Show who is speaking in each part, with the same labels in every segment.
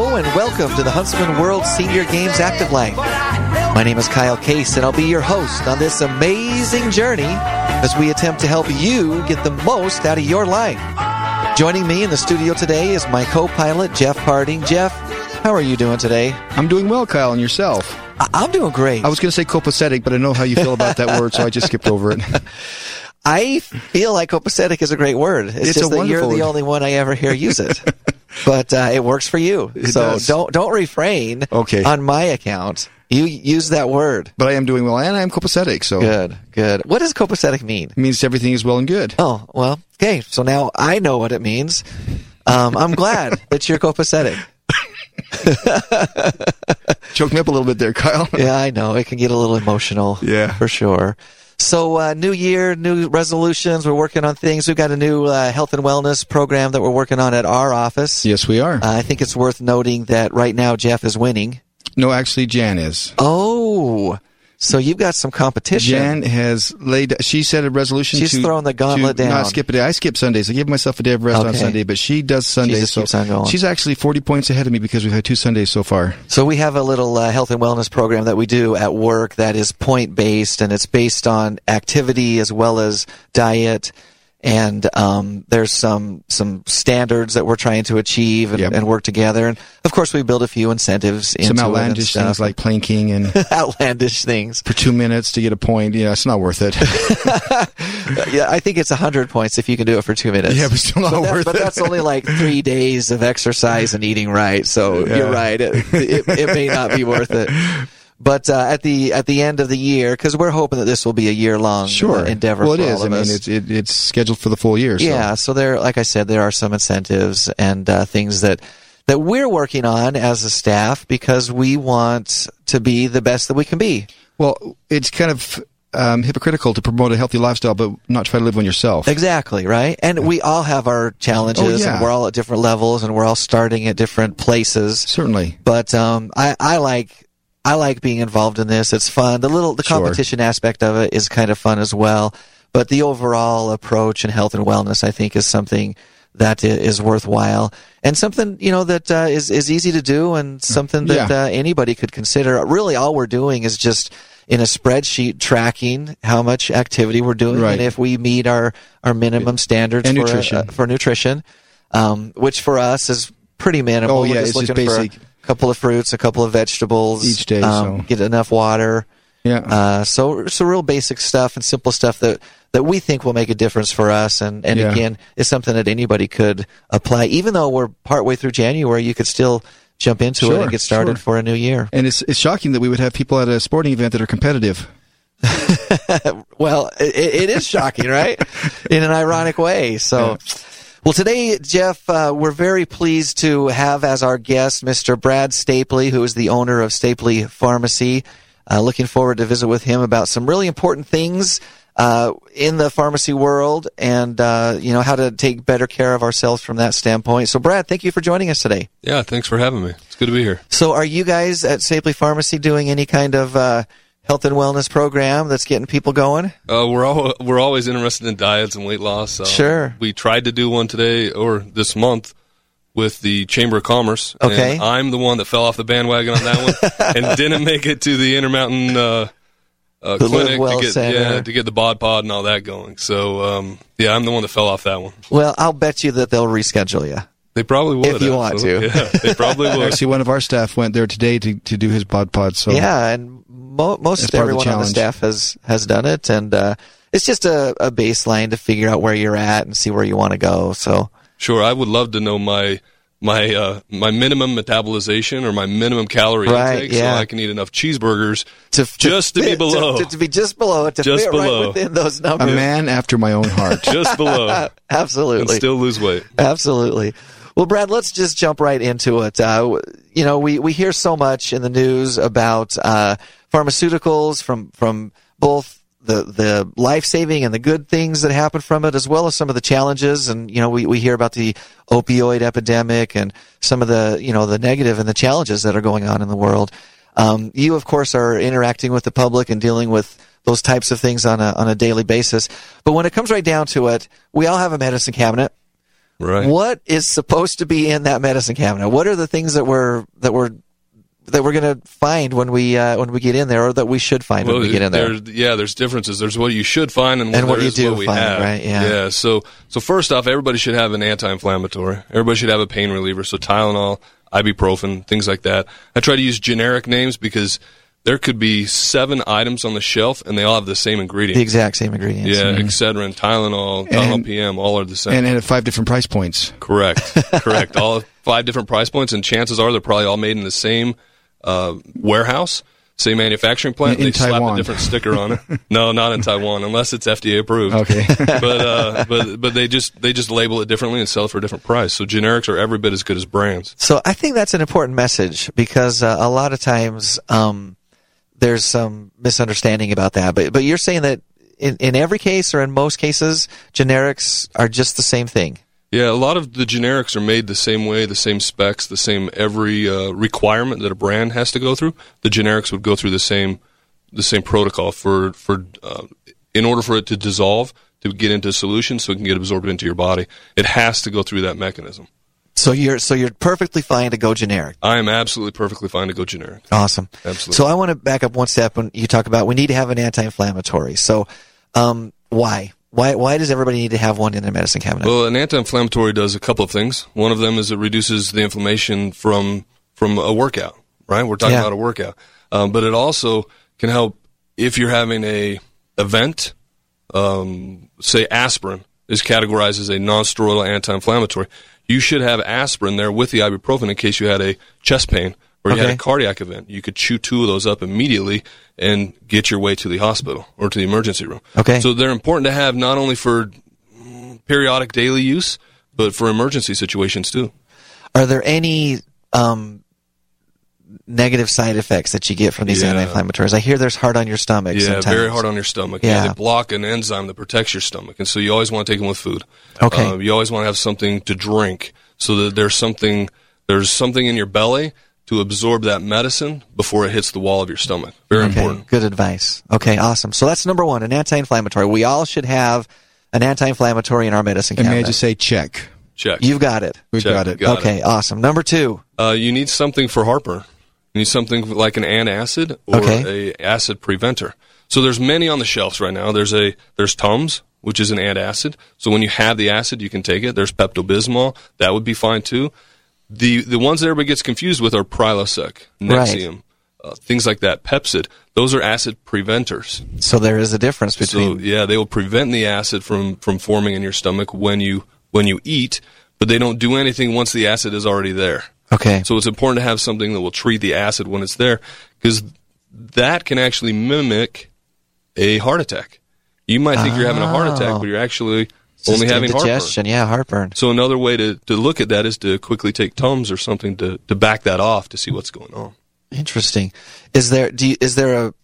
Speaker 1: welcome to the Huntsman World Senior Games Active Life. My name is Kyle Case, and I'll be your host on this amazing journey as we attempt to help you get the most out of your life. Joining me in the studio today is my co pilot, Jeff Harding. Jeff, how are you doing today?
Speaker 2: I'm doing well, Kyle, and yourself.
Speaker 1: I- I'm doing great.
Speaker 2: I was going to say copacetic, but I know how you feel about that word, so I just skipped over it.
Speaker 1: I feel like copacetic is a great word. It's,
Speaker 2: It's
Speaker 1: just
Speaker 2: a
Speaker 1: that you're
Speaker 2: wonderful
Speaker 1: the
Speaker 2: word.
Speaker 1: only one I ever hear use it. but uh, it works for you.
Speaker 2: It
Speaker 1: so
Speaker 2: does.
Speaker 1: don't don't refrain
Speaker 2: Okay.
Speaker 1: on my account. You use that word.
Speaker 2: But I am doing well, and I am copacetic, so it
Speaker 1: Good, good. What does copacetic mean?
Speaker 2: means everything is well and good.
Speaker 1: Oh, well, okay. So now I know what it means. Um, I'm glad that you're copacetic.
Speaker 2: Choked me up a little bit there, Kyle.
Speaker 1: Yeah, I know. It can get a little emotional.
Speaker 2: Yeah.
Speaker 1: For sure. So, uh, new year, new resolutions. We're working on things. We've got a new uh, health and wellness program that we're working on at our office.
Speaker 2: yes, we are.
Speaker 1: Uh, I think it's worth noting that right now Jeff is winning.
Speaker 2: no, actually, Jan is.
Speaker 1: Oh, so you've got some competition.
Speaker 2: Jan has laid. She set a resolution.
Speaker 1: She's
Speaker 2: to,
Speaker 1: throwing the gauntlet
Speaker 2: to
Speaker 1: down.
Speaker 2: Not skip a day. I skip Sundays. I give myself a day of rest on
Speaker 1: Okay.
Speaker 2: Sunday, but she does Sundays.
Speaker 1: just
Speaker 2: so
Speaker 1: keeps on going.
Speaker 2: she's actually 40 points ahead of me because we've had two Sundays so far.
Speaker 1: So we have a little uh, health and wellness program that we do at work that is point based and it's based on activity as well as diet. And um, there's some some standards that we're trying to achieve and,
Speaker 2: Yep.
Speaker 1: and work together. And of course, we build a few incentives into
Speaker 2: Some
Speaker 1: it and
Speaker 2: outlandish
Speaker 1: stuff.
Speaker 2: things like planking and
Speaker 1: outlandish things.
Speaker 2: for two minutes to get a point. Yeah, it's not worth it.
Speaker 1: Yeah, I think it's hundred points if you can do it for two minutes.
Speaker 2: yeah, but still not
Speaker 1: That's-
Speaker 2: worth
Speaker 1: but
Speaker 2: it.
Speaker 1: that's only like three days of exercise and eating right. So you're right. It, it, it may not be worth it. But uh, at the at the end of the year, because we're hoping that this will be a year long
Speaker 2: sure
Speaker 1: uh, endeavor.
Speaker 2: Well, it
Speaker 1: for
Speaker 2: is.
Speaker 1: all of
Speaker 2: I mean,
Speaker 1: us.
Speaker 2: it's um, it, it's scheduled for the full year. So.
Speaker 1: yeah. So there, like I said, there are some incentives and uh, things that that we're working on as a staff because we want to be the best that we can be.
Speaker 2: Well, it's kind of um, hypocritical to promote a healthy lifestyle but not try to live on yourself.
Speaker 1: Exactly, right? And we all have our challenges
Speaker 2: Oh, yeah.
Speaker 1: and we're all at different levels and we're all starting at different places.
Speaker 2: Certainly.
Speaker 1: but um, I, I like I like being involved in this. It's fun. The little the
Speaker 2: Sure.
Speaker 1: competition aspect of it is kind of fun as well. But the overall approach in health and wellness, I think, is something that i- is worthwhile and something you know that uh, is is easy to do and something that
Speaker 2: Yeah.
Speaker 1: uh, anybody could consider. Really, all we're doing is just in a spreadsheet tracking how much activity we're doing
Speaker 2: Right.
Speaker 1: and if we meet our our minimum standards
Speaker 2: And
Speaker 1: for uh,
Speaker 2: nutrition.
Speaker 1: for nutrition, um, which for us is pretty minimal.
Speaker 2: Oh,
Speaker 1: We're
Speaker 2: yeah, it's just
Speaker 1: looking for
Speaker 2: basic.
Speaker 1: a couple of fruits, a couple of vegetables um,
Speaker 2: Each day, so.
Speaker 1: Get enough water.
Speaker 2: Yeah.
Speaker 1: Uh, so, so real basic stuff and simple stuff that that we think will make a difference for us. And and
Speaker 2: Yeah.
Speaker 1: again, is something that anybody could apply. Even though we're partway through January, you could still jump into it
Speaker 2: Sure,
Speaker 1: and get started
Speaker 2: sure.
Speaker 1: for a new year.
Speaker 2: and it's it's shocking that we would have people at a sporting event that are competitive.
Speaker 1: Well, it, it is shocking, right? In an ironic way. So, well, today, Jeff, uh, we're very pleased to have as our guest Mr. Brad Stapley, who is the owner of Stapley Pharmacy. Uh, looking forward to visit with him about some really important things uh, in the pharmacy world, and uh, you know how to take better care of ourselves from that standpoint. So, Brad, thank you for joining us today.
Speaker 3: Yeah, thanks for having me. It's good to be here.
Speaker 1: So, are you guys at Stapley Pharmacy doing any kind of uh, health and wellness program that's getting people going?
Speaker 3: Uh, we're all we're always interested in diets and weight loss. So
Speaker 1: Sure.
Speaker 3: We tried to do one today or this month with the Chamber of Commerce. and
Speaker 1: Okay.
Speaker 3: I'm the one that fell off the bandwagon on that one and didn't make it to the Intermountain uh, uh,
Speaker 1: The Live
Speaker 3: clinic
Speaker 1: Well
Speaker 3: to get yeah
Speaker 1: Center.
Speaker 3: to get the bod pod and all that going. So um, yeah, I'm the one that fell off that one.
Speaker 1: Well, I'll bet you that they'll reschedule you.
Speaker 3: They probably would
Speaker 1: If you want
Speaker 3: absolutely.
Speaker 1: to.
Speaker 3: Yeah, they probably would.
Speaker 2: Actually, one of our staff went there today to, to do his bod pod. So
Speaker 1: Yeah, and mo- most
Speaker 2: Hmm. That's part of the
Speaker 1: everyone on the
Speaker 2: challenge.
Speaker 1: staff has has done it, and uh, it's just a, a baseline to figure out where you're at and see where you want to go. So,
Speaker 3: Sure, I would love to know my my uh, my minimum metabolization or my minimum calorie
Speaker 1: Right,
Speaker 3: intake,
Speaker 1: yeah.
Speaker 3: so I can eat enough cheeseburgers
Speaker 1: to, to
Speaker 3: Just to be
Speaker 1: fit-
Speaker 3: below.
Speaker 1: to, to be just below it, to
Speaker 3: Just
Speaker 1: fit right
Speaker 3: below.
Speaker 1: within those
Speaker 2: a
Speaker 1: numbers.
Speaker 2: man after my own heart.
Speaker 3: just below, and
Speaker 1: Absolutely,
Speaker 3: still lose weight.
Speaker 1: absolutely. Well, Brad, let's just jump right into it. Uh, w- you know, we, we hear so much in the news about uh, pharmaceuticals from from both the the life saving and the good things that happen from it, as well as some of the challenges. And you know, we, we hear about the opioid epidemic and some of the you know the negative and the challenges that are going on in the world. Um, you, of course, are interacting with the public and dealing with those types of things on a on a daily basis. But when it comes right down to it, we all have a medicine cabinet
Speaker 3: Right.
Speaker 1: What is supposed to be in that medicine cabinet? What are the things that we're that we're that we're going to find when we uh, when we get in there, or that we should find when we get in there?
Speaker 3: there's- yeah, there's differences. There's what you should find and what,
Speaker 1: And what
Speaker 3: there
Speaker 1: you
Speaker 3: is
Speaker 1: do
Speaker 3: what we
Speaker 1: find,
Speaker 3: have.
Speaker 1: right? Yeah.
Speaker 3: So so first off, everybody should have an anti-inflammatory. Everybody should have a pain reliever. So Tylenol, ibuprofen, things like that. I try to use generic names because there could be seven items on the shelf and they all have the same ingredient.
Speaker 1: The exact same ingredients.
Speaker 3: yeah, Excedrin, Tylenol, Tylenol
Speaker 2: Mm-hmm. And-
Speaker 3: PM, all are the same.
Speaker 2: and, and at five different price points.
Speaker 3: Correct. Correct. All five different price points, and chances are they're probably all made in the same uh, warehouse, same manufacturing plant.
Speaker 2: In- in
Speaker 3: they slap
Speaker 2: Taiwan.
Speaker 3: a different sticker on it. no, not in Taiwan, unless it's FDA approved.
Speaker 2: Okay.
Speaker 3: but uh, but but they just they just label it differently and sell it for a different price. So generics are every bit as good as brands.
Speaker 1: So I think that's an important message because uh, a lot of times um, there's some misunderstanding about that. But but you're saying that in, in every case or in most cases, generics are just the same thing.
Speaker 3: Yeah, a lot of the generics are made the same way, the same specs, the same every uh, requirement that a brand has to go through. The generics would go through the same the same protocol for for uh, in order for it to dissolve to get into solution so it can get absorbed into your body. It has to go through that mechanism.
Speaker 1: So you're so you're perfectly fine to go generic.
Speaker 3: I am absolutely perfectly fine to go generic.
Speaker 1: Awesome.
Speaker 3: Absolutely.
Speaker 1: So I want to back up one step when you talk about we need to have an anti-inflammatory. So um, why why why does everybody need to have one in their medicine cabinet?
Speaker 3: Well, an anti-inflammatory does a couple of things. One of them is it reduces the inflammation from from a workout, right? We're talking
Speaker 1: Yeah.
Speaker 3: about a workout, um, but it also can help if you're having a event. Um, say aspirin is categorized as a non-steroidal anti-inflammatory. You should have aspirin there with the ibuprofen in case you had a chest pain or you had
Speaker 1: Okay.
Speaker 3: a cardiac event. You could chew two of those up immediately and get your way to the hospital or to the emergency room.
Speaker 1: Okay.
Speaker 3: So they're important to have not only for periodic daily use, but for emergency situations too.
Speaker 1: Are there any um, negative side effects that you get from these
Speaker 3: Yeah.
Speaker 1: anti-inflammatories? I hear there's hard on your stomach.
Speaker 3: Yeah,
Speaker 1: sometimes.
Speaker 3: very hard on your stomach. Yeah.
Speaker 1: Yeah.
Speaker 3: they block an enzyme that protects your stomach, and so you always want to take them with food.
Speaker 1: Okay.
Speaker 3: Um, you always want to have something to drink, so that there's something there's something in your belly to absorb that medicine before it hits the wall of your stomach. Very
Speaker 1: Okay,
Speaker 3: important.
Speaker 1: Good advice. Okay, awesome. So that's number one, an anti-inflammatory. We all should have an anti-inflammatory in our medicine
Speaker 2: And
Speaker 1: cabinet.
Speaker 2: may I just say, check.
Speaker 3: Check.
Speaker 1: You've got it.
Speaker 2: We've
Speaker 3: Check.
Speaker 2: got it.
Speaker 3: Got
Speaker 1: okay, awesome. Number two.
Speaker 3: Uh, you need something for heartburn. You need something like an antacid or
Speaker 1: Okay.
Speaker 3: a acid preventer. So there's many on the shelves right now. There's a there's Tums, which is an antacid. So when you have the acid, you can take it. There's Pepto Bismol, that would be fine too. The the ones that everybody gets confused with are Prilosec, Nexium, uh, things like that. Pepsid. Those are acid preventers.
Speaker 1: So there is a difference between.
Speaker 3: So yeah, they will prevent the acid from from forming in your stomach when you when you eat, but they don't do anything once the acid is already there.
Speaker 1: okay.
Speaker 3: So it's important to have something that will treat the acid when it's there because that can actually mimic a heart attack. You might think you're having a heart attack, but you're actually
Speaker 1: Just
Speaker 3: only having heartburn.
Speaker 1: indigestion. Yeah, heartburn.
Speaker 3: So another way to, to look at that is to quickly take Tums or something to, to back that off to see what's going on.
Speaker 1: Interesting. Is there do you, is there a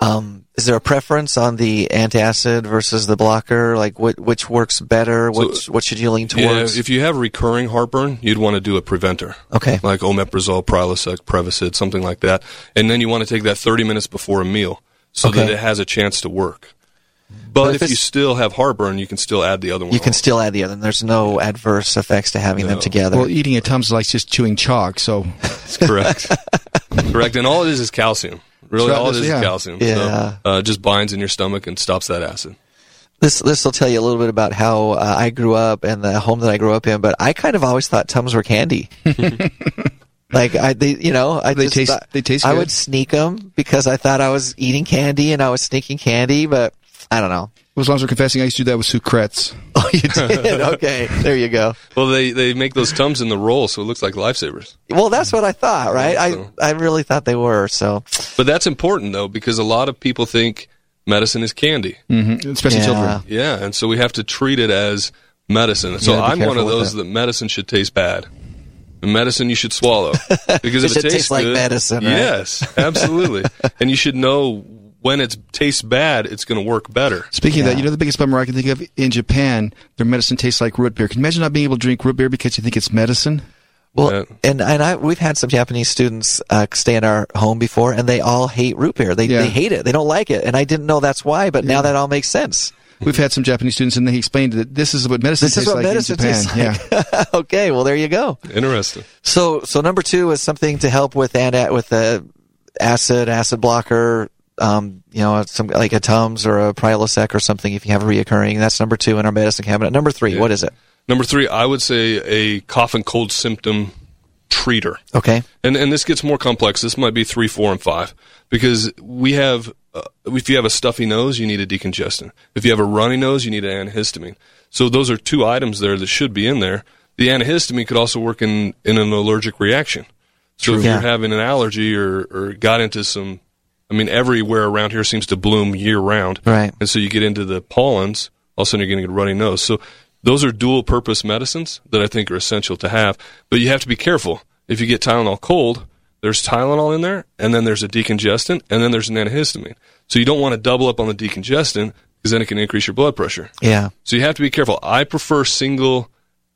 Speaker 1: um, is there a preference on the antacid versus the blocker? Like what which works better? What what should you lean
Speaker 3: Yeah,
Speaker 1: towards?
Speaker 3: if you have recurring heartburn, you'd want to do a preventer.
Speaker 1: Okay.
Speaker 3: Like omeprazole, Prilosec, Prevacid, something like that. And then you want to take that 30 minutes before a meal so that
Speaker 1: Okay.
Speaker 3: it has a chance to work. But,
Speaker 1: if
Speaker 3: if,
Speaker 1: it's-
Speaker 3: you still have heartburn, you can still add the other one.
Speaker 1: you can
Speaker 3: on.
Speaker 1: still add the other. There's no adverse effects to having them
Speaker 3: No.
Speaker 1: together.
Speaker 2: Well, eating a Tums is like just chewing chalk. So
Speaker 3: Correct. Correct. And all it is is calcium. Really,
Speaker 2: That's right,
Speaker 3: all it is
Speaker 2: yeah.
Speaker 3: is calcium.
Speaker 1: Yeah.
Speaker 3: So, uh, just binds in your stomach and stops that acid.
Speaker 1: This this will tell you a little bit about how uh, I grew up and the home that I grew up in. But I kind of always thought Tums were candy. like I, they, you know, I
Speaker 2: They
Speaker 1: just
Speaker 2: taste-
Speaker 1: thought-
Speaker 2: they taste
Speaker 1: I
Speaker 2: good.
Speaker 1: would sneak them because I thought I was eating candy and I was sneaking candy, but I don't know.
Speaker 2: as long as we're confessing, I used to do that with Sucrets.
Speaker 1: Oh, you did? okay, there you go.
Speaker 3: Well, they, they make those tums in the roll, so it looks like lifesavers.
Speaker 1: Well, that's what I thought, right?
Speaker 3: so.
Speaker 1: I I really thought they were. So
Speaker 3: But that's important, though, because a lot of people think medicine is candy.
Speaker 2: Mm-hmm. Especially
Speaker 1: Yeah.
Speaker 2: children.
Speaker 3: Yeah. And so we have to treat it as medicine. So
Speaker 1: gotta be
Speaker 3: I'm one
Speaker 1: careful
Speaker 3: of
Speaker 1: with
Speaker 3: those
Speaker 1: that.
Speaker 3: that. medicine should taste bad. And medicine you should swallow. Because
Speaker 1: It
Speaker 3: if
Speaker 1: should
Speaker 3: it
Speaker 1: taste
Speaker 3: tastes
Speaker 1: like
Speaker 3: good-
Speaker 1: medicine, right?
Speaker 3: Yes, absolutely. and you should know when it tastes bad, it's going to work better.
Speaker 2: Speaking of
Speaker 1: Yeah.
Speaker 2: that, you know the biggest bummer I can think of in Japan, their medicine tastes like root beer. Can you imagine not being able to drink root beer because you think it's medicine?
Speaker 1: well,
Speaker 3: Yeah.
Speaker 1: and and I we've had some Japanese students uh, stay in our home before, and they all hate root beer. They
Speaker 2: Yeah.
Speaker 1: they hate it. They don't like it, and I didn't know that's why. But now that all makes sense.
Speaker 2: We've had some Japanese students, and they explained that this is what medicine
Speaker 1: This is
Speaker 2: tastes
Speaker 1: what
Speaker 2: like
Speaker 1: medicine
Speaker 2: in Japan.
Speaker 1: tastes okay, well there you go.
Speaker 3: Interesting.
Speaker 1: So so number two is something to help with and at with the acid acid blocker. Um, you know, some like a Tums or a Prilosec or something. If you have a reoccurring, that's number two in our medicine cabinet. Number three, what is it?
Speaker 3: Number three, I would say a cough and cold symptom treater.
Speaker 1: Okay,
Speaker 3: and and this gets more complex. This might be three, four, and five because we have. Uh, if you have a stuffy nose, you need a decongestant. If you have a runny nose, you need an antihistamine. So those are two items there that should be in there. The antihistamine could also work in in an allergic reaction. So if
Speaker 1: Yeah.
Speaker 3: you're having an allergy or or got into some, I mean, everywhere around here seems to bloom year round.
Speaker 1: Right.
Speaker 3: And so you get into the pollens, all of a sudden you're getting a runny nose. So those are dual purpose medicines that I think are essential to have. But you have to be careful. If you get Tylenol cold, there's Tylenol in there, and then there's a decongestant, and then there's an antihistamine. So you don't want to double up on the decongestant because then it can increase your blood pressure.
Speaker 1: yeah,
Speaker 3: So you have to be careful. I prefer single,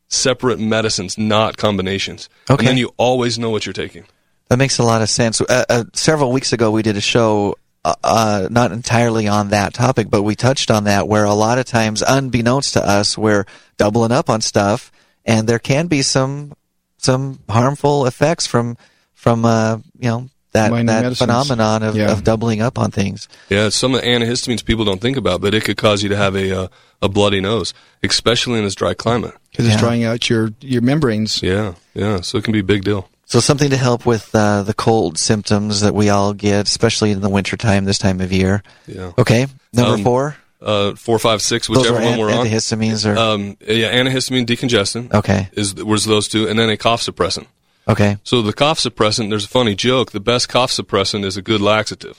Speaker 3: separate medicines, not combinations.
Speaker 1: Okay.
Speaker 3: And then you always know what you're taking.
Speaker 1: that makes a lot of sense. Uh, uh, several weeks ago, we did a show. Uh, uh, not entirely on that topic, but we touched on that where a lot of times, unbeknownst to us, we're doubling up on stuff, and there can be some some harmful effects from from uh, you know that
Speaker 2: Minor
Speaker 1: that
Speaker 2: medicines.
Speaker 1: phenomenon of,
Speaker 2: Yeah.
Speaker 1: of doubling up on things.
Speaker 3: Yeah, some of the antihistamines people don't think about, but it could cause you to have a uh, a bloody nose, especially in this dry climate.
Speaker 2: because
Speaker 1: Yeah.
Speaker 2: it's drying out your your membranes.
Speaker 3: Yeah, yeah. So it can be a big deal.
Speaker 1: So something to help with uh, the cold symptoms that we all get, especially in the wintertime, this time of year.
Speaker 3: Yeah.
Speaker 1: Okay, number
Speaker 3: Um,
Speaker 1: four.
Speaker 3: Uh, four, five, six,
Speaker 1: Those
Speaker 3: whichever
Speaker 1: are
Speaker 3: one
Speaker 1: an-
Speaker 3: we're on.
Speaker 1: antihistamines, or
Speaker 3: Um, yeah, antihistamine decongestant
Speaker 1: okay,
Speaker 3: is was those two, and then a cough suppressant.
Speaker 1: okay.
Speaker 3: So the cough suppressant, there's a funny joke. The best cough suppressant is a good laxative.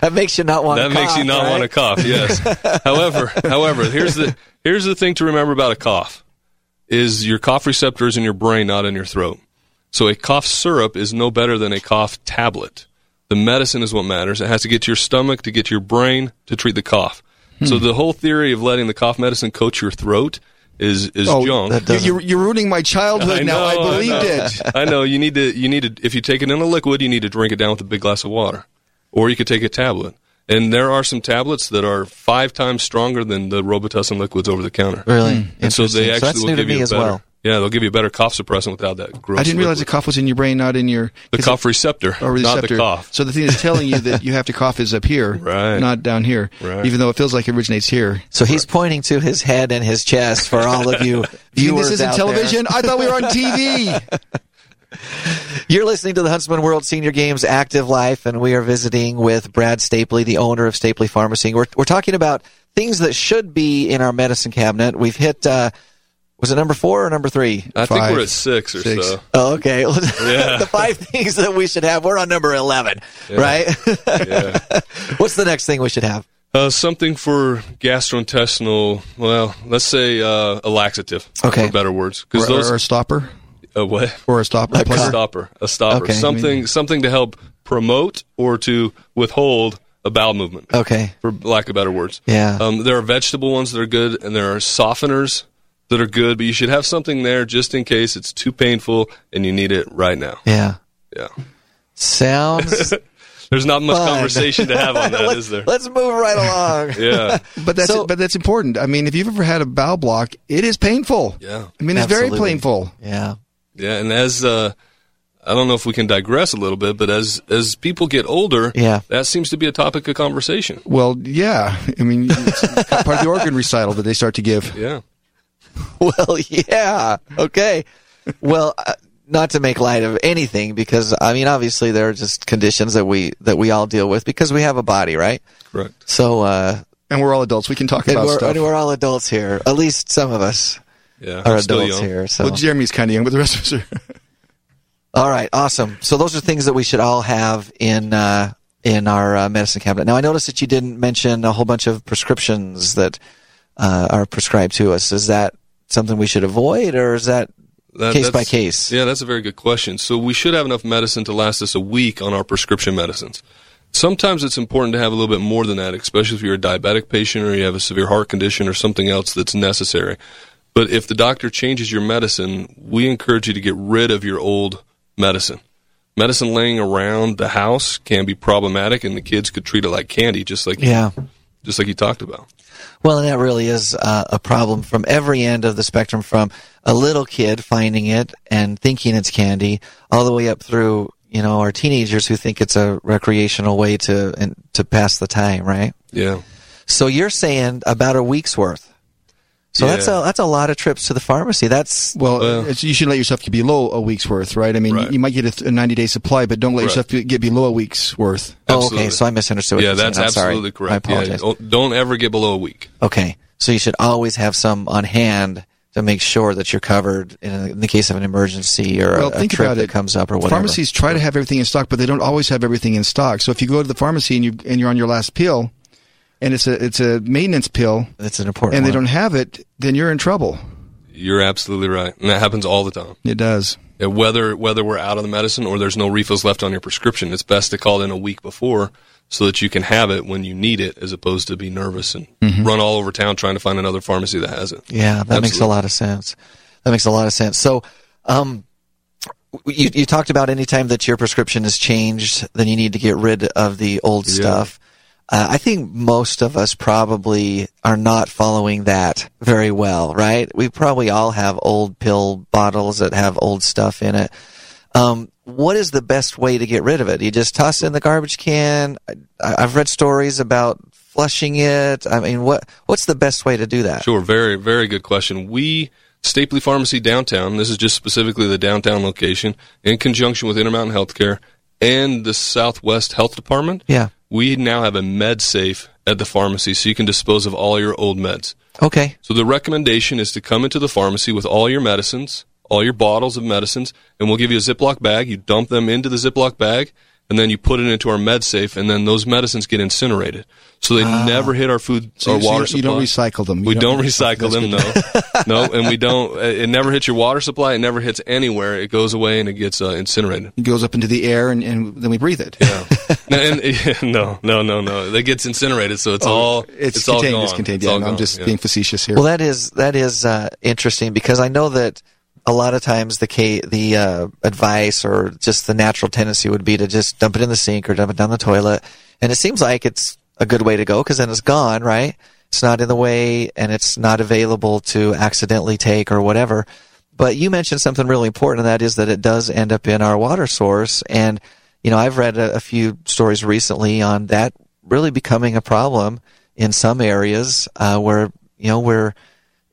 Speaker 1: That makes you not want.
Speaker 3: that
Speaker 1: to
Speaker 3: makes you
Speaker 1: cough,
Speaker 3: not
Speaker 1: right?
Speaker 3: want to cough. Yes. however, however, here's the here's the thing to remember about a cough is your cough receptor is in your brain, not in your throat. So a cough syrup is no better than a cough tablet. The medicine is what matters. It has to get to your stomach to get to your brain to treat the cough. So
Speaker 1: Hmm.
Speaker 3: the whole theory of letting the cough medicine coach your throat is is
Speaker 2: Oh,
Speaker 3: junk.
Speaker 1: that
Speaker 2: You-
Speaker 1: doesn't-
Speaker 2: You're, you're ruining my childhood now. I
Speaker 3: know,
Speaker 2: believed
Speaker 3: know.
Speaker 2: it.
Speaker 3: I know you need to. You need to. If you take it in a liquid, you need to drink it down with a big glass of water, or you could take a tablet. And there are some tablets that are five times stronger than the Robitussin liquids over the counter.
Speaker 1: Really?
Speaker 3: And so
Speaker 1: Interesting.
Speaker 3: they actually
Speaker 1: that's
Speaker 3: will
Speaker 1: new
Speaker 3: give
Speaker 1: to me
Speaker 3: you a
Speaker 1: as
Speaker 3: better,
Speaker 1: well.
Speaker 3: Yeah, they'll give you a better cough suppressant without that. Gross
Speaker 2: I didn't realize the
Speaker 3: liquid.
Speaker 2: cough was in your brain, not in your
Speaker 3: the cough receptor,
Speaker 2: or
Speaker 3: not the
Speaker 2: receptor.
Speaker 3: cough.
Speaker 2: So the thing that's telling you that you have to cough is up here,
Speaker 3: Right.
Speaker 2: not down here,
Speaker 3: Right.
Speaker 2: even though it feels like it originates here.
Speaker 1: So he's pointing to his head and his chest for all of you
Speaker 2: You mean
Speaker 1: viewers
Speaker 2: this isn't
Speaker 1: out
Speaker 2: television. I thought we were on TV.
Speaker 1: there. You're listening to the Huntsman World Senior Games Active Life, and we are visiting with Brad Stapley, the owner of Stapley Pharmacy. We're we're talking about things that should be in our medicine cabinet. We've hit. Uh, was it number four or number three?
Speaker 3: I
Speaker 2: Five,
Speaker 3: think we're at six or
Speaker 2: six.
Speaker 3: so.
Speaker 1: Oh, okay.
Speaker 3: Uh, Yeah.
Speaker 1: the five things that we should have. We're on number eleven, right?
Speaker 3: Yeah.
Speaker 1: What's the next thing we should have?
Speaker 3: Uh, something for gastrointestinal. Well, let's say uh, a laxative.
Speaker 1: Okay.
Speaker 3: For better words,
Speaker 2: or,
Speaker 3: because those
Speaker 2: or a stopper,
Speaker 3: uh, what
Speaker 2: or a stopper.
Speaker 3: a
Speaker 2: plugger.
Speaker 3: stopper, a stopper,
Speaker 1: Okay.
Speaker 3: something, something to help promote or to withhold a bowel movement,
Speaker 1: Okay.
Speaker 3: for lack of better words.
Speaker 1: Uh, Yeah.
Speaker 3: Um, there are vegetable ones that are good, and there are softeners that are good, but you should have something there just in case it's too painful and you need it right now.
Speaker 1: Yeah.
Speaker 3: Yeah.
Speaker 1: Sounds.
Speaker 3: There's not much
Speaker 1: Fun.
Speaker 3: conversation to have on that, is there?
Speaker 1: Let's move right along.
Speaker 3: Yeah.
Speaker 2: But that's
Speaker 1: So-
Speaker 2: but that's important. I mean, if you've ever had a bowel block, it is painful.
Speaker 3: Yeah.
Speaker 2: I mean, it's very
Speaker 1: Absolutely.
Speaker 2: painful.
Speaker 1: Yeah.
Speaker 3: Yeah. And as, uh, I don't know if we can digress a little bit, but as as people get older,
Speaker 1: Yeah.
Speaker 3: that seems to be a topic of conversation.
Speaker 2: Well, yeah. I mean, it's part of the organ recital that they start to give.
Speaker 3: Yeah.
Speaker 1: Well, yeah. Okay. Well, uh, not to make light of anything, because I mean, obviously there are just conditions that we that we all deal with because we have a body, right?
Speaker 3: Correct.
Speaker 1: So, uh,
Speaker 2: And we're all adults. We can talk
Speaker 1: and
Speaker 2: about
Speaker 1: we're,
Speaker 2: stuff.
Speaker 1: and we're all adults here. At least some of us
Speaker 3: Yeah.
Speaker 1: are
Speaker 3: I'm still
Speaker 1: adults
Speaker 3: young.
Speaker 1: here. So,
Speaker 2: well, Jeremy's kind of young, but the rest of us are.
Speaker 1: All right, awesome. So those are things that we should all have in uh, in our uh, medicine cabinet. Now I noticed that you didn't mention a whole bunch of prescriptions that uh, are prescribed to us. Is that something we should avoid, or is that,
Speaker 3: That-
Speaker 1: case
Speaker 3: that's-
Speaker 1: by case?
Speaker 3: Yeah, that's a very good question. So we should have enough medicine to last us a week on our prescription medicines. Sometimes it's important to have a little bit more than that, especially if you're a diabetic patient or you have a severe heart condition or something else that's necessary. But if the doctor changes your medicine, we encourage you to get rid of your old medicine. medicine laying around the house can be problematic, and the kids could treat it like candy, just like
Speaker 1: Yeah.
Speaker 3: just like you talked about.
Speaker 1: Well, and that really is uh, a problem from every end of the spectrum, from a little kid finding it and thinking it's candy, all the way up through you know our teenagers who think it's a recreational way to and to pass the time, right?
Speaker 3: Yeah.
Speaker 1: So you're saying about a week's worth. So that's
Speaker 3: Yeah.
Speaker 1: a that's a lot of trips to the pharmacy. That's
Speaker 2: Well,
Speaker 3: Well- uh,
Speaker 2: it's, you should let yourself get below a week's worth, right? I mean,
Speaker 3: Right.
Speaker 2: you might get a, th- a 90 day supply, but don't let
Speaker 3: Right.
Speaker 2: yourself be- get below a week's worth.
Speaker 1: oh, okay.
Speaker 3: Absolutely.
Speaker 1: So I misunderstood. What
Speaker 3: yeah,
Speaker 1: you're
Speaker 3: that's
Speaker 1: saying. I'm sorry.
Speaker 3: absolutely correct.
Speaker 1: I
Speaker 3: Yeah, oh.
Speaker 1: apologize.
Speaker 3: don't, don't ever get below a week.
Speaker 1: Okay, so you should always have some on hand to make sure that you're covered in, in the case of an emergency or
Speaker 2: Well,
Speaker 1: a, a
Speaker 2: think
Speaker 1: trip
Speaker 2: about
Speaker 1: that
Speaker 2: it.
Speaker 1: comes up or whatever.
Speaker 2: Pharmacies try to have everything in stock, but they don't always have everything in stock. So if you go to the pharmacy and you and you're on your last pill, and it's a it's a maintenance pill,
Speaker 1: That's an important.
Speaker 2: and they
Speaker 1: one.
Speaker 2: don't have it, then you're in trouble.
Speaker 3: You're absolutely right, and that happens all the time.
Speaker 2: It does.
Speaker 3: Yeah, whether whether we're out of the medicine or there's no refills left on your prescription, it's best to call in a week before so that you can have it when you need it, as opposed to be nervous and run all over town trying to find another pharmacy that has it.
Speaker 1: Mm-hmm. Yeah, that makes a
Speaker 3: Absolutely.
Speaker 1: lot of sense. That makes a lot of sense. So, um, w- you, you talked about any time that your prescription is changed, then you need to get rid of the old stuff. Uh, I think most of us probably are not following that very well, right? We probably all have old pill bottles that have old stuff in it. Um, what is the best way to get rid of it? You just toss it in the garbage can. I, I've read stories about flushing it. I mean, what what's the best way to do that?
Speaker 3: Sure, very very good question. We Stapley Pharmacy downtown. This is just specifically the downtown location in conjunction with Intermountain Healthcare and the Southwest Health Department.
Speaker 1: Yeah.
Speaker 3: we now have a med safe at the pharmacy, so you can dispose of all your old meds.
Speaker 1: Okay.
Speaker 3: So the recommendation is to come into the pharmacy with all your medicines, all your bottles of medicines, and we'll give you a Ziploc bag. You dump them into the Ziploc bag, and then you put it into our med safe, and then those medicines get incinerated. So they never hit our food
Speaker 2: Ah. So
Speaker 3: or
Speaker 2: you- so
Speaker 3: water
Speaker 2: you- you don't
Speaker 3: supply.
Speaker 2: recycle them.
Speaker 3: We
Speaker 2: You
Speaker 3: don't, recycle
Speaker 2: That's
Speaker 3: them, no, no, and we don't. It never hits your water supply. It never hits anywhere. It goes away and it gets uh, incinerated.
Speaker 2: It goes up into the air, and, and then we breathe it.
Speaker 3: No. no, and, no, no, no, no. That gets incinerated, so it's all
Speaker 2: Oh, it's,
Speaker 3: all
Speaker 2: contained.
Speaker 3: gone.
Speaker 2: It's contained.
Speaker 3: It's
Speaker 2: yeah,
Speaker 3: all
Speaker 2: no, I'm
Speaker 3: gone,
Speaker 2: just
Speaker 3: yeah.
Speaker 2: being facetious here.
Speaker 1: Well, that is that is uh, interesting because I know that a lot of times the ca- the uh, advice or just the natural tendency would be to just dump it in the sink or dump it down the toilet, and it seems like it's a good way to go because then it's gone, right? It's not in the way and it's not available to accidentally take or whatever. But you mentioned something really important, and that is that it does end up in our water source. And you know, I've read a, a few stories recently on that really becoming a problem in some areas uh, where you know we're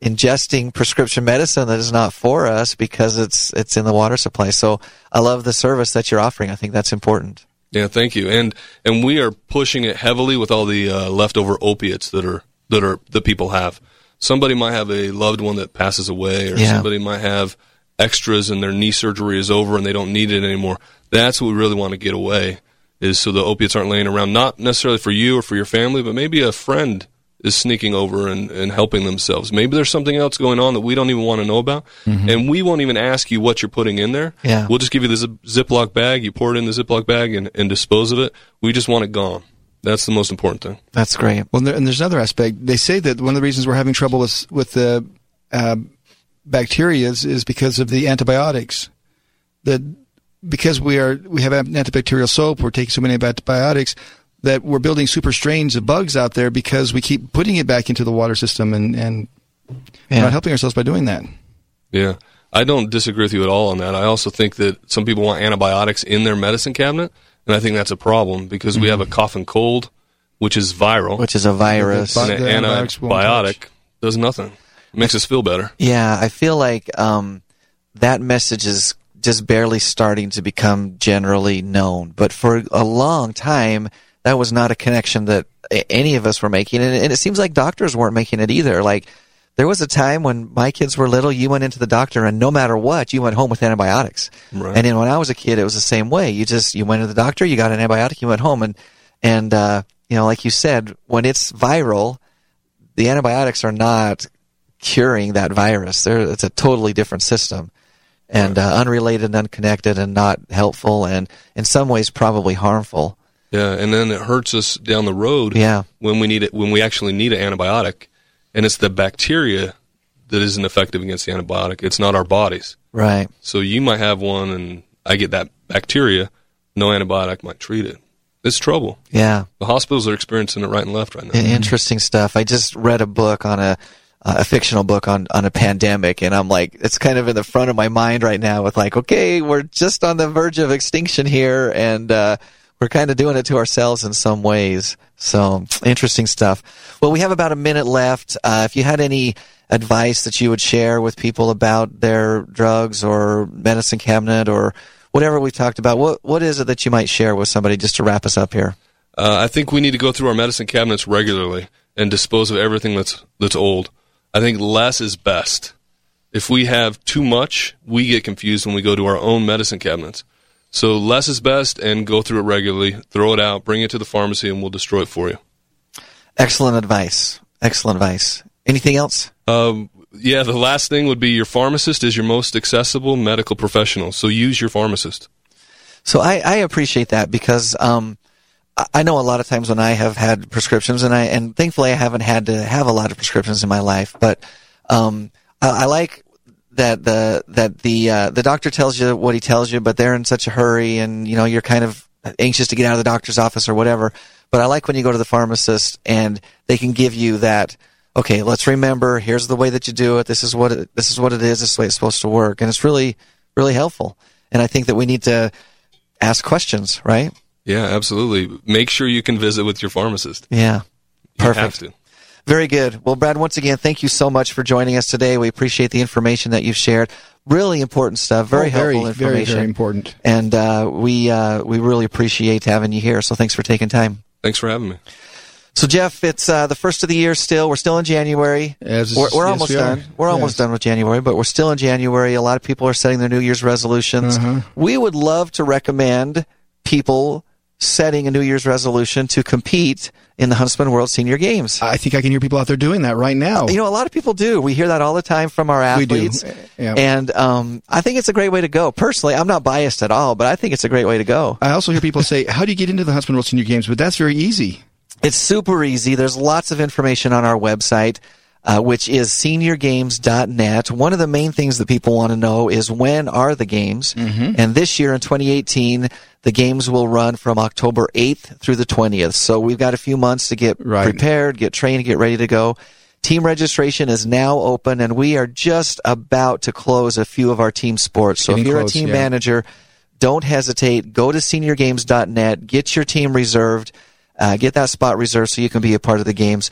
Speaker 1: ingesting prescription medicine that is not for us because it's it's in the water supply. So I love the service that you're offering. I think that's important.
Speaker 3: Yeah, thank you. And and we are pushing it heavily with all the uh, leftover opiates that are that are that people have. Somebody might have a loved one that passes away, or
Speaker 1: Yeah.
Speaker 3: somebody might have extras and their knee surgery is over and they don't need it anymore. That's what we really want to get away is so the opiates aren't laying around, not necessarily for you or for your family, but maybe a friend is sneaking over and, and helping themselves. Maybe there's something else going on that we don't even want to know about. And we won't even ask you what you're putting in there.
Speaker 1: Yeah.
Speaker 3: We'll just give you the zip, Ziploc bag. You pour it in the Ziploc bag and, and dispose of it. We just want it gone. That's the most important thing.
Speaker 1: That's great.
Speaker 2: Well, and, there, and there's another aspect. They say that one of the reasons we're having trouble with with the uh, bacteria is, is because of the antibiotics. That because we are we have antibacterial soap, we're taking so many antibiotics that we're building super strains of bugs out there because we keep putting it back into the water system and and we're
Speaker 1: Yeah.
Speaker 2: not helping ourselves by doing that.
Speaker 3: Yeah. I don't disagree with you at all on that. I also think that some people want antibiotics in their medicine cabinet, and I think that's a problem because we have a cough and cold, which is viral,
Speaker 1: Which is a virus.
Speaker 2: But
Speaker 3: and
Speaker 2: the
Speaker 3: an
Speaker 2: antibiotics won't
Speaker 3: antibiotic does nothing. Makes us feel better.
Speaker 1: Yeah, I feel like um, that message is just barely starting to become generally known. But for a long time, that was not a connection that a- any of us were making, and, and it seems like doctors weren't making it either. Like there was a time when my kids were little, you went into the doctor, and no matter what, you went home with antibiotics.
Speaker 3: Right.
Speaker 1: And then when I was a kid, it was the same way. You just you went to the doctor, you got an antibiotic, you went home, and and uh, you know, like you said, when it's viral, the antibiotics are not curing that virus. They're, it's a totally different system and uh, unrelated and unconnected and not helpful and in some ways probably harmful.
Speaker 3: Yeah, and then it hurts us down the road.
Speaker 1: Yeah.
Speaker 3: when we need it, when we actually need an antibiotic, and it's the bacteria that isn't effective against the antibiotic. It's not our bodies.
Speaker 1: Right.
Speaker 3: So you might have one, and I get that bacteria, no antibiotic might treat it. It's trouble.
Speaker 1: Yeah.
Speaker 3: The hospitals are experiencing it right and left right now.
Speaker 1: I- Interesting stuff. I just read a book on a uh, a fictional book on on a pandemic, and I'm like, it's kind of in the front of my mind right now. With like, okay, we're just on the verge of extinction here, and uh, we're kind of doing it to ourselves in some ways. So interesting stuff. Well, we have about a minute left. Uh, if you had any advice that you would share with people about their drugs or medicine cabinet or whatever we've talked about, what what is it that you might share with somebody just to wrap us up here?
Speaker 3: Uh, I think we need to go through our medicine cabinets regularly and dispose of everything that's that's old. I think less is best. If we have too much, we get confused when we go to our own medicine cabinets. So less is best, and go through it regularly. Throw it out, bring it to the pharmacy, and we'll destroy it for you.
Speaker 1: Excellent advice. Excellent advice. Anything else?
Speaker 3: Um, yeah, the last thing would be your pharmacist is your most accessible medical professional. So use your pharmacist.
Speaker 1: So I, I appreciate that because um, I- I know a lot of times when I have had prescriptions, and I and thankfully I haven't had to have a lot of prescriptions in my life, but um, I, I like that the that the uh, the doctor tells you what he tells you, but they're in such a hurry, and you know you're kind of anxious to get out of the doctor's office or whatever. But I like when you go to the pharmacist and they can give you that. Okay, let's remember. Here's the way that you do it. This is what it, this is what it is. This is the way it's supposed to work, and it's really really helpful. And I think that we need to ask questions, right?
Speaker 3: Yeah, absolutely. Make sure you can visit with your pharmacist.
Speaker 1: Yeah.
Speaker 3: You
Speaker 1: Perfect.
Speaker 3: have to.
Speaker 1: Very good. Well, Brad, once again, thank you so much for joining us today. We appreciate the information that you've shared. Really important stuff. Very
Speaker 2: Oh,
Speaker 1: helpful
Speaker 2: very,
Speaker 1: information.
Speaker 2: very important.
Speaker 1: and uh, we uh, we really appreciate having you here. So thanks for taking time.
Speaker 3: Thanks for having me.
Speaker 1: So Jeff, it's uh, the first of the year still. We're still in January.
Speaker 2: As-
Speaker 1: we're we're
Speaker 2: yes,
Speaker 1: almost
Speaker 2: we are.
Speaker 1: done. We're almost
Speaker 2: Yes.
Speaker 1: done with January, but we're still in January. A lot of people are setting their New Year's resolutions.
Speaker 2: Uh-huh.
Speaker 1: We would love to recommend people setting a New Year's resolution to compete in the Huntsman World Senior Games.
Speaker 2: I think I can hear people out there doing that right now.
Speaker 1: You know, a lot of people do. We hear that all the time from our
Speaker 2: We do.
Speaker 1: athletes.
Speaker 2: Yeah.
Speaker 1: And um, I think it's a great way to go. Personally, I'm not biased at all, but I think it's a great way to go.
Speaker 2: I also hear people say, "How do you get into the Huntsman World Senior Games?" But that's very easy.
Speaker 1: It's super easy. There's lots of information on our website, uh, which is seniorgames.net. One of the main things that people want to know is when are the games?
Speaker 2: Mm-hmm.
Speaker 1: And this year in 2018, the games will run from October 8th through the 20th. So we've got a few months to get
Speaker 2: Right.
Speaker 1: prepared, get trained, get ready to go. Team registration is now open, and we are just about to close a few of our team sports. So if
Speaker 2: Getting
Speaker 1: you're
Speaker 2: close,
Speaker 1: a team
Speaker 2: yeah.
Speaker 1: manager, don't hesitate. Go to seniorgames.net, get your team reserved, uh, get that spot reserved so you can be a part of the games.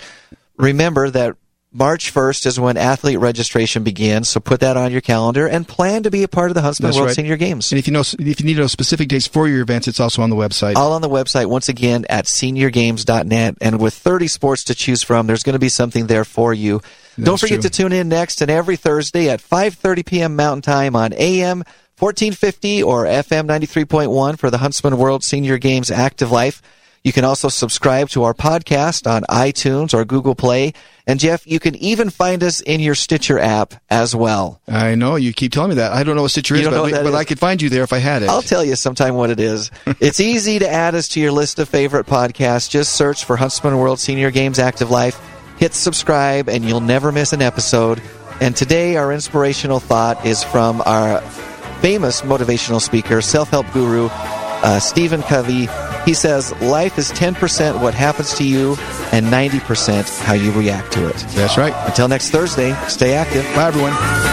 Speaker 1: Remember that March 1st is when athlete registration begins, so put that on your calendar and plan to be a part of the Huntsman
Speaker 2: That's
Speaker 1: World
Speaker 2: right.
Speaker 1: Senior Games.
Speaker 2: And if you know, if you need to know specific dates for your events, it's also on the website.
Speaker 1: All on the website, once again, at seniorgames.net. And with 30 sports to choose from, there's going to be something there for you. Don't forget to
Speaker 2: true.
Speaker 1: tune in next and every Thursday at 5.30 p.m. Mountain Time on AM 1450 or FM 93.1 for the Huntsman World Senior Games Active Life. You can also subscribe to our podcast on iTunes or Google Play. And Jeff, you can even find us in your Stitcher app as well.
Speaker 2: I know you keep telling me that. I don't know what Stitcher
Speaker 1: You
Speaker 2: is,
Speaker 1: don't know
Speaker 2: but,
Speaker 1: what that
Speaker 2: but
Speaker 1: is?
Speaker 2: I could find you there if I had it.
Speaker 1: I'll tell you sometime what it is. it's easy to add us to your list of favorite podcasts. Just search for Huntsman World Senior Games Active Life, hit subscribe, and you'll never miss an episode. And today, our inspirational thought is from our famous motivational speaker, self help guru, uh, Stephen Covey. He says, Life is 10% what happens to you and 90% how you react to it.
Speaker 2: That's right.
Speaker 1: Until next Thursday, stay active.
Speaker 2: Bye, everyone.